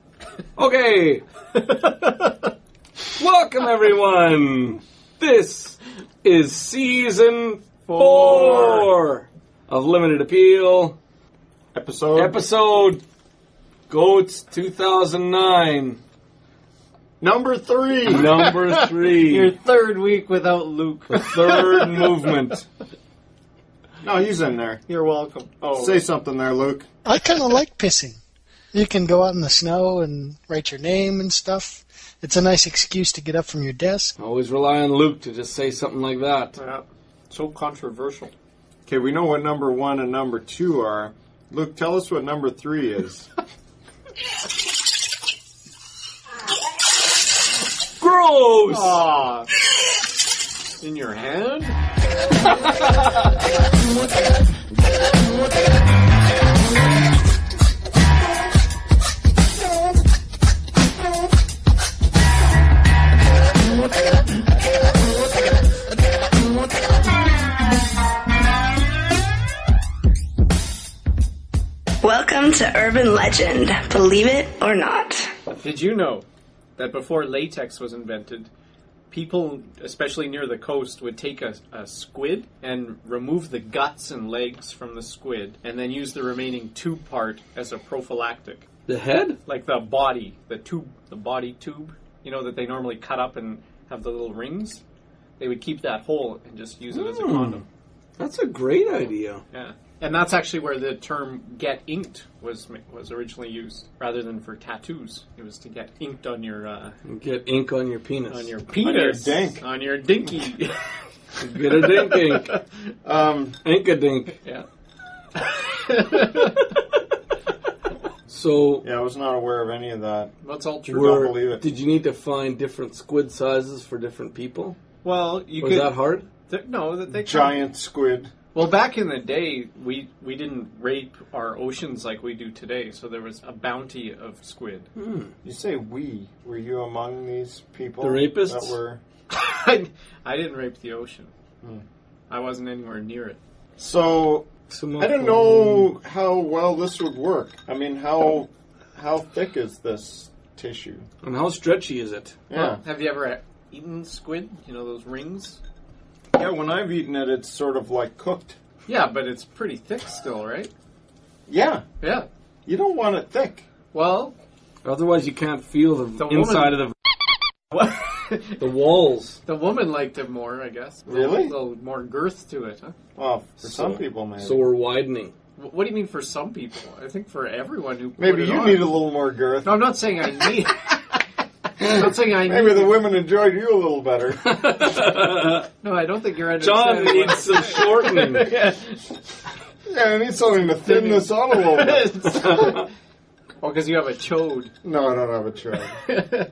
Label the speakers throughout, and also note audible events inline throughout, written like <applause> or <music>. Speaker 1: <laughs>
Speaker 2: Okay. Welcome, everyone. This is season four of Limited Appeal,
Speaker 1: Episode.
Speaker 2: episode Goats 2009,
Speaker 1: number three. <laughs>
Speaker 2: number
Speaker 3: Your
Speaker 2: three,
Speaker 3: third week without Luke.
Speaker 2: third movement.
Speaker 1: No, he's in there.
Speaker 3: You're welcome. Oh,
Speaker 1: Say something there, Luke.
Speaker 4: I kind of like pissing. You can go out in the snow and write your name and stuff. It's a nice excuse to get up from your desk.
Speaker 2: Always rely on Luke to just say something like that.
Speaker 3: yeah. so controversial.
Speaker 1: Okay, we know what number one and number two are. Luke, tell us what number three is.
Speaker 2: Gross!
Speaker 1: Oh.
Speaker 5: <laughs>
Speaker 3: Ah, in your hand?
Speaker 6: Welcome to Urban Legend, believe it or not.
Speaker 5: Did you know that before latex was invented, people, especially near the coast, would take a, a squid and remove the guts and legs from the squid and then use the remaining tube part as a prophylactic?
Speaker 2: The head?
Speaker 5: Like the body, the tube, the body tube, you know, that they normally cut up and have the little rings? They would keep that whole and just use it as a condom.
Speaker 2: That's a great idea.
Speaker 5: Yeah. And that's actually where the term "get inked" was ma- was originally used, rather than for tattoos. It was to get inked on your uh,
Speaker 2: Get ink on your penis.
Speaker 5: On your penis.
Speaker 1: dink.
Speaker 5: On your dinky.
Speaker 2: Get a dink ink.
Speaker 1: <laughs> Um,
Speaker 2: Ink a dink.
Speaker 5: yeah.
Speaker 2: So,
Speaker 1: <laughs> yeah, I was not aware of any of that.
Speaker 5: That's all true.
Speaker 2: were,
Speaker 1: believe it.
Speaker 2: did you need to find different squid sizes for different people?
Speaker 5: Well, you
Speaker 2: Was
Speaker 5: could.
Speaker 2: that hard?
Speaker 5: th- no, that they
Speaker 1: Giant squid.
Speaker 5: Well, back in the day, we we didn't rape our oceans like we do today, so there was a bounty of squid. <laughs>
Speaker 1: You say we. Were you among these people?
Speaker 2: The rapists?
Speaker 1: That were...
Speaker 5: I, I didn't rape the ocean. I wasn't anywhere near it.
Speaker 1: So, I don't know how well this would work. I mean, how how thick is this tissue?
Speaker 2: And how stretchy is it?
Speaker 1: Yeah.
Speaker 5: Have you ever eaten squid? You know those rings?
Speaker 1: Yeah, when I've eaten it, it's sort of like cooked.
Speaker 5: Yeah, but it's pretty thick still, right?
Speaker 1: Yeah.
Speaker 5: Yeah.
Speaker 1: You don't want it thick.
Speaker 5: Well,
Speaker 2: Otherwise, you can't feel the,
Speaker 5: The
Speaker 2: inside of the the walls.
Speaker 5: <laughs> the woman liked it more, I guess.
Speaker 1: Really?
Speaker 5: A little, little more girth to it, huh?
Speaker 1: Well, for some
Speaker 2: So-
Speaker 1: people, maybe.
Speaker 2: So we're widening.
Speaker 5: Wh- What do you mean for some people? I think for everyone who put
Speaker 1: maybe
Speaker 5: it
Speaker 1: you
Speaker 5: on.
Speaker 1: need a little more girth.
Speaker 5: No, I'm not saying I
Speaker 1: <laughs>
Speaker 5: need. I'm not saying I need.
Speaker 1: Maybe the women enjoyed you a little
Speaker 5: <laughs>
Speaker 1: better.
Speaker 5: No, I don't think you're
Speaker 2: John
Speaker 5: understanding.
Speaker 2: needs some shortening.
Speaker 5: <laughs>
Speaker 1: <laughs> yeah, I need something to thin this out a little bit.
Speaker 5: oh, because you have a chode.
Speaker 1: No, I don't have a
Speaker 5: <laughs>
Speaker 1: tray.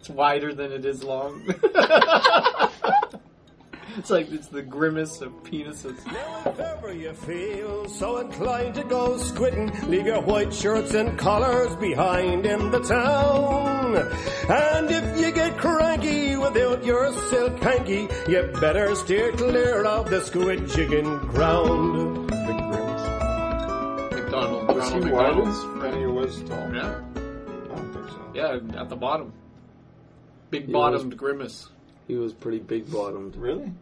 Speaker 5: It's wider than it is
Speaker 1: <laughs>
Speaker 5: long. it's like it's the grimace of penises.
Speaker 7: If ever you feel so inclined to go squidding, leave your white shirts and collars behind in the town. And if you get cranky without your silk hanky, you better steer clear of the squid jigging ground.
Speaker 5: McDonald.
Speaker 1: Was
Speaker 5: Ronald
Speaker 1: he
Speaker 5: McDonald's
Speaker 1: wide?
Speaker 5: friend.
Speaker 1: And he was tall.
Speaker 5: Yeah,
Speaker 1: I don't think so.
Speaker 5: yeah, at the bottom. Big
Speaker 2: He
Speaker 5: bottomed <laughs> grimace.
Speaker 2: <laughs> he was pretty big bottomed.
Speaker 1: Really?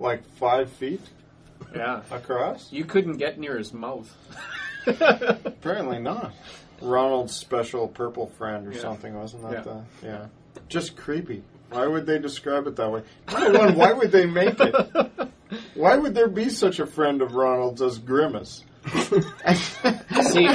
Speaker 1: Like five feet
Speaker 5: Yeah.
Speaker 1: across?
Speaker 5: You couldn't get near his mouth.
Speaker 1: Apparently not. Ronald's special purple friend or
Speaker 5: Yeah.
Speaker 1: something, wasn't that
Speaker 5: Yeah.
Speaker 1: the... Yeah. Just creepy. Why would they describe it that way? Number one, why would they make
Speaker 5: <laughs>
Speaker 1: it? Why would there be such a friend of Ronald's as Grimace?
Speaker 5: <laughs> See,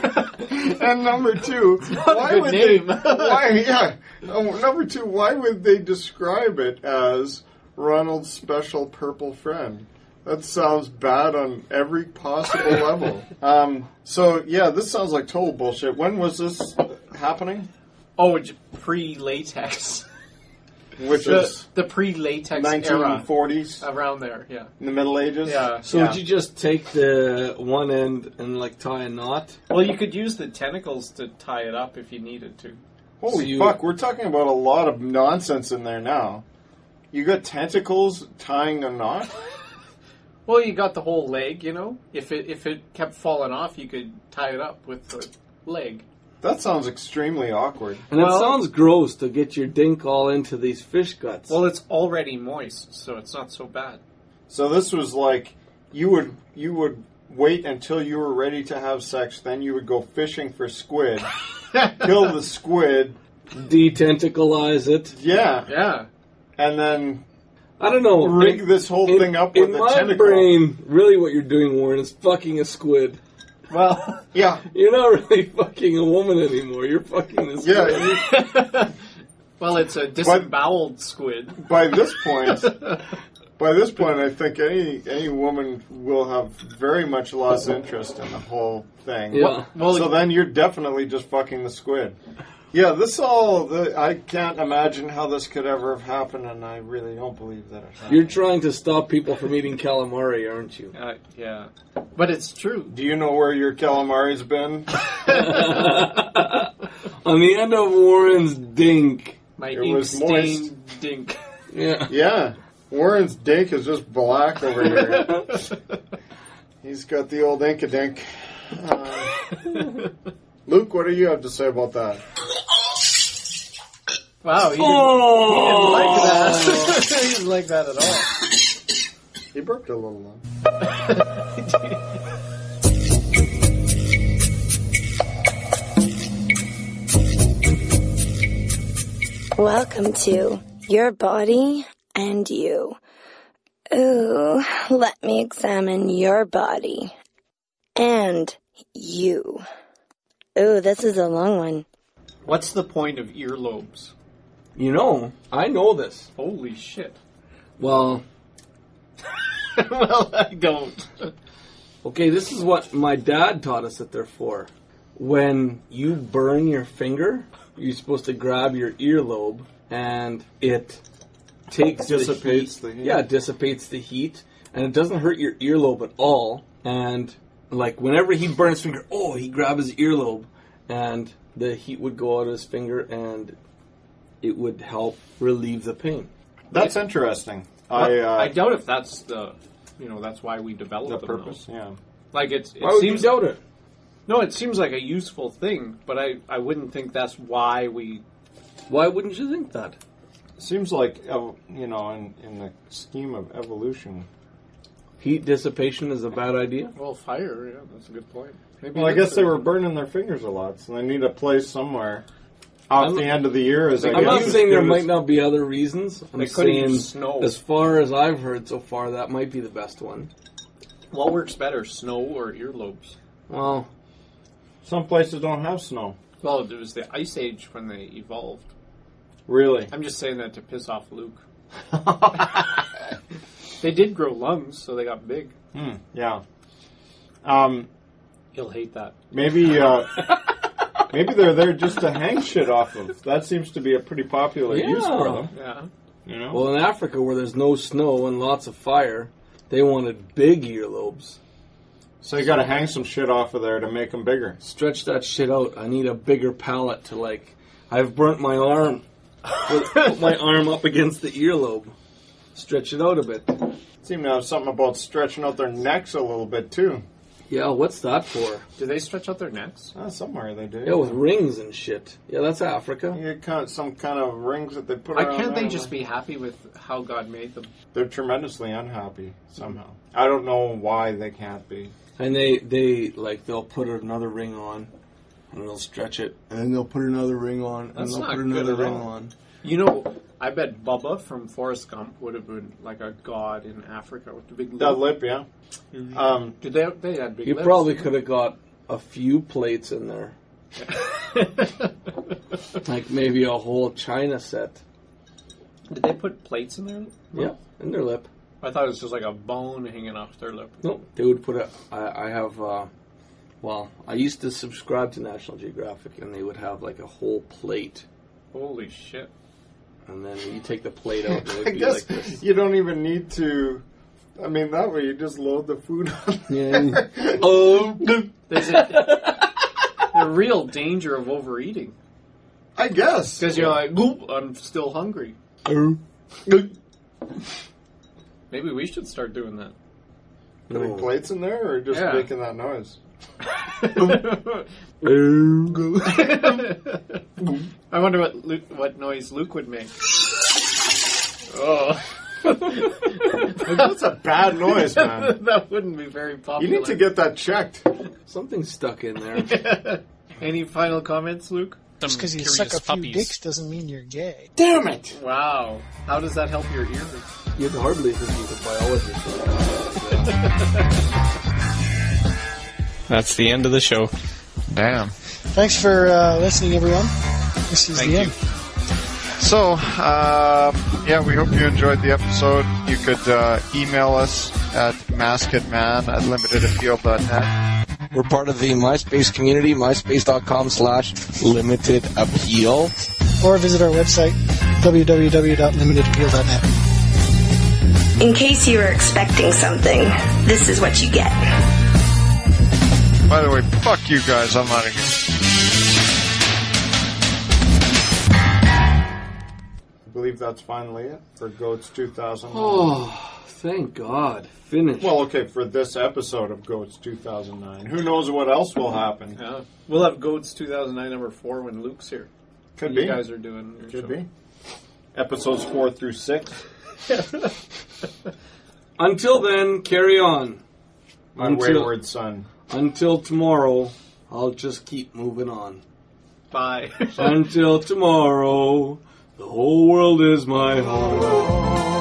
Speaker 1: And number <laughs> two, why
Speaker 5: good
Speaker 1: would
Speaker 5: name.
Speaker 1: they? <laughs> Why? Yeah. Oh, number two, why would they describe it as Ronald's special purple friend? That sounds bad on every possible level. <laughs> Um, so yeah, this sounds like total bullshit. When was this happening?
Speaker 5: oh, pre latex.
Speaker 1: Which
Speaker 5: The,
Speaker 1: is
Speaker 5: <laughs> the pre latex era.
Speaker 1: 1940s,
Speaker 5: Around there, yeah.
Speaker 1: in the Middle Ages.
Speaker 5: Yeah.
Speaker 2: So would you just take the one end and like tie a knot?
Speaker 5: Well, you could use the tentacles to tie it up if you needed to.
Speaker 1: Holy
Speaker 2: So you-
Speaker 1: fuck, we're talking about a lot of nonsense in there now. You got tentacles tying a knot?
Speaker 5: Well, you got the whole leg, you know. If it if it kept falling off, you could tie it up with the leg.
Speaker 1: That sounds extremely awkward.
Speaker 2: And
Speaker 5: Well-
Speaker 2: it sounds gross to get your dink all into these fish guts.
Speaker 5: Well, it's already moist, so it's not so bad.
Speaker 1: So this was like you would you would wait until you were ready to have sex, then you would go fishing
Speaker 2: <laughs>
Speaker 1: for squid, kill the squid,
Speaker 2: Detentacleize it.
Speaker 1: yeah,
Speaker 5: <laughs> Yeah.
Speaker 1: and then
Speaker 2: I don't know.
Speaker 1: rig
Speaker 2: In-
Speaker 1: this whole
Speaker 2: in-
Speaker 1: thing up
Speaker 2: in
Speaker 1: with a
Speaker 2: my
Speaker 1: tentacle.
Speaker 2: brain, really, what you're doing, Warren, is fucking a squid.
Speaker 5: Well,
Speaker 1: Yeah,
Speaker 2: You're not really <laughs> fucking a woman anymore. You're fucking a squid.
Speaker 1: yeah. you-
Speaker 2: <laughs>
Speaker 5: well, it's a disemboweled squid.
Speaker 1: by this point, by this point, I think any any woman will have very much lost interest in the whole thing.
Speaker 2: Yeah.
Speaker 5: Well,
Speaker 1: so then you're definitely just fucking the squid. Yeah, this all. The, I can't imagine how this could ever have happened, and I really don't believe that it happened.
Speaker 2: You're trying to stop people from eating calamari, aren't you?
Speaker 5: Uh, yeah, but it's true.
Speaker 1: Do you know where your calamari's <laughs> been?
Speaker 2: On the end of Warren's dink.
Speaker 5: My
Speaker 1: It
Speaker 5: ink
Speaker 1: was moist.
Speaker 5: stained dink. <laughs>
Speaker 2: Yeah.
Speaker 1: Yeah, Warren's dink is just black over <laughs> here. He's got the old inkadink. Uh, Luke, what do you have to say about that?
Speaker 5: Wow, he didn't,
Speaker 2: Oh!
Speaker 5: he
Speaker 1: <laughs>
Speaker 5: didn't like that. <laughs> he didn't like that at all.
Speaker 1: He burped a little. Long.
Speaker 6: Welcome to Your Body and You. Ooh, let me examine your body and you. Ooh, this is a long one.
Speaker 5: What's the point of earlobes?
Speaker 2: You know, I know this.
Speaker 5: Holy shit.
Speaker 2: Well,
Speaker 5: well, <laughs> I don't.
Speaker 2: Okay, this is what my dad taught us that they're for. When you burn your finger, you're supposed to grab your earlobe and it takes
Speaker 1: Dissipates
Speaker 2: the
Speaker 1: the
Speaker 2: heat.
Speaker 1: heat.
Speaker 2: Yeah, it dissipates the heat and it doesn't hurt your earlobe at all. And like whenever he burned his finger, oh, he grabbed his earlobe and the heat would go out of his finger and it would help relieve the pain.
Speaker 1: That's interesting. I, uh,
Speaker 5: I doubt if that's the, you know, that's why we
Speaker 1: the
Speaker 5: developed them. though.
Speaker 1: purpose. Yeah.
Speaker 5: Like it's, it
Speaker 2: Why would you
Speaker 5: seems
Speaker 2: doubt it?
Speaker 5: no, it seems like a useful thing, but I, I wouldn't think that's why we.
Speaker 2: Why wouldn't you think that?
Speaker 1: Seems like ev- you know, in, in the scheme of evolution.
Speaker 2: Heat dissipation is a bad idea?
Speaker 5: Well, fire. Yeah, that's a good point. Maybe
Speaker 1: Well, I
Speaker 5: that's
Speaker 1: guess they
Speaker 5: a-
Speaker 1: were burning their fingers a lot, so they need a place somewhere. Off
Speaker 2: I'm-
Speaker 1: the end of the year is. I
Speaker 2: I'm not
Speaker 1: guess,
Speaker 2: saying there
Speaker 1: is-
Speaker 2: might not be other reasons. I'm
Speaker 5: They could've
Speaker 2: saying,
Speaker 5: used snow.
Speaker 2: as far as I've heard so far, that might be the best one.
Speaker 5: What works better, snow or earlobes?
Speaker 2: Well,
Speaker 1: Some places don't have snow.
Speaker 5: Well, it was the Ice Age when they evolved.
Speaker 1: Really.
Speaker 5: I'm just saying that to piss off <laughs> Luke. they did grow lungs, so they got big.
Speaker 1: Hmm, Yeah. Um.
Speaker 5: He'll hate that.
Speaker 1: Maybe.
Speaker 2: <laughs>
Speaker 1: Uh, maybe they're there just to hang shit off of. That seems to be a pretty popular
Speaker 2: Yeah.
Speaker 1: use for them.
Speaker 5: Yeah.
Speaker 1: You know.
Speaker 2: well, in Africa where there's no snow and lots of fire, they wanted big earlobes.
Speaker 1: so you got to hang some shit off of there to make them bigger.
Speaker 2: Stretch that shit out. I need a bigger pallet to like. I've burnt my arm. Put put
Speaker 5: <laughs>
Speaker 2: my arm up against the earlobe. Stretch it out a bit.
Speaker 1: Seem to have something about stretching out their necks a little bit too.
Speaker 2: Yeah, what's that for?
Speaker 5: Do they stretch out their necks?
Speaker 1: Ah, somewhere they do.
Speaker 2: Yeah, with rings and shit. Yeah, that's Africa.
Speaker 1: You get kind of, some kind of rings that they put.
Speaker 5: Why
Speaker 1: around
Speaker 5: can't they
Speaker 1: them.
Speaker 5: just be happy with how God made them?
Speaker 1: They're tremendously unhappy somehow.
Speaker 2: Mm-hmm.
Speaker 1: I don't know why they can't be.
Speaker 2: And they they like they'll put another ring on, and they'll stretch it, and then they'll put another ring on, and
Speaker 5: That's
Speaker 2: they'll
Speaker 5: not
Speaker 2: put
Speaker 5: good
Speaker 2: another
Speaker 5: at
Speaker 2: ring
Speaker 5: all.
Speaker 2: on.
Speaker 5: You know, I bet Bubba from Forrest Gump would have been like a god in Africa with the big
Speaker 1: That
Speaker 5: lip.
Speaker 1: lip, yeah. Um,
Speaker 5: Did they? They had big
Speaker 2: You
Speaker 5: lips.
Speaker 2: probably
Speaker 5: <laughs>
Speaker 2: could have got a few plates in there, like maybe a whole china set.
Speaker 5: Did they put plates in their?
Speaker 2: Yeah, in their lip.
Speaker 5: I thought it was just like a bone hanging off their lip.
Speaker 2: Nope, they would put a. I, I have. Uh, well, I used to subscribe to National Geographic, and they would have like a whole plate,
Speaker 5: Holy shit!
Speaker 2: and then you take the plate out, and
Speaker 5: <laughs>
Speaker 2: it would
Speaker 1: I
Speaker 2: be
Speaker 1: guess
Speaker 2: like this.
Speaker 1: you don't even need to. I mean, that way you just load the food <laughs> on.
Speaker 2: <laughs> Yeah. oh,
Speaker 5: There's a, the real danger of overeating
Speaker 1: I guess.
Speaker 5: because you're like, "Oop, I'm still hungry.
Speaker 2: no.
Speaker 5: Maybe we should start doing that.
Speaker 1: <laughs> Putting plates in there or just
Speaker 5: Yeah.
Speaker 1: making that noise?
Speaker 5: I wonder what Luke, what noise Luke would make. Oh,
Speaker 1: That's a
Speaker 2: <laughs>
Speaker 1: bad noise, man.
Speaker 5: <laughs> that wouldn't be very
Speaker 1: You
Speaker 5: popular.
Speaker 1: need to get that checked.
Speaker 2: Something stuck in
Speaker 5: <laughs>
Speaker 2: there.
Speaker 5: Any final comments, Luke?
Speaker 8: Some
Speaker 4: Because you
Speaker 8: curious
Speaker 4: suck a few
Speaker 8: puppies.
Speaker 4: dicks doesn't mean you're gay.
Speaker 1: Damn it!
Speaker 5: Wow, how does that help your ears?
Speaker 2: You'd hardly think he's a biologist.
Speaker 8: That's the end of the show.
Speaker 9: Damn.
Speaker 4: Thanks for uh, listening, everyone. This is
Speaker 8: Thank
Speaker 4: the
Speaker 8: you.
Speaker 4: end.
Speaker 9: So, um, yeah, we hope you enjoyed the episode. You could uh, email us at maskedman at limitedappeal.net.
Speaker 2: We're part of the MySpace community, myspace.com slash limited appeal.
Speaker 4: Or visit our website, www.limitedappeal.net.
Speaker 6: In case you were expecting something, this is what you get.
Speaker 9: By the way, fuck you guys. I'm out of here.
Speaker 1: I believe that's finally it for Goats 2009.
Speaker 2: Oh, thank God. Finished.
Speaker 1: Well, okay, for this episode of Goats 2009. Who knows what else will happen?
Speaker 5: Yeah. We'll have Goats 2009 number four when Luke's here.
Speaker 1: Could
Speaker 5: you
Speaker 1: be.
Speaker 5: guys are doing. Your
Speaker 1: Could
Speaker 5: show.
Speaker 1: be. Episodes 4 through 6.
Speaker 2: until then, carry on.
Speaker 1: My
Speaker 2: Until-
Speaker 1: Wayward Son.
Speaker 2: Until tomorrow, I'll just keep moving on.
Speaker 5: Bye.
Speaker 2: Until tomorrow, the whole world is my home.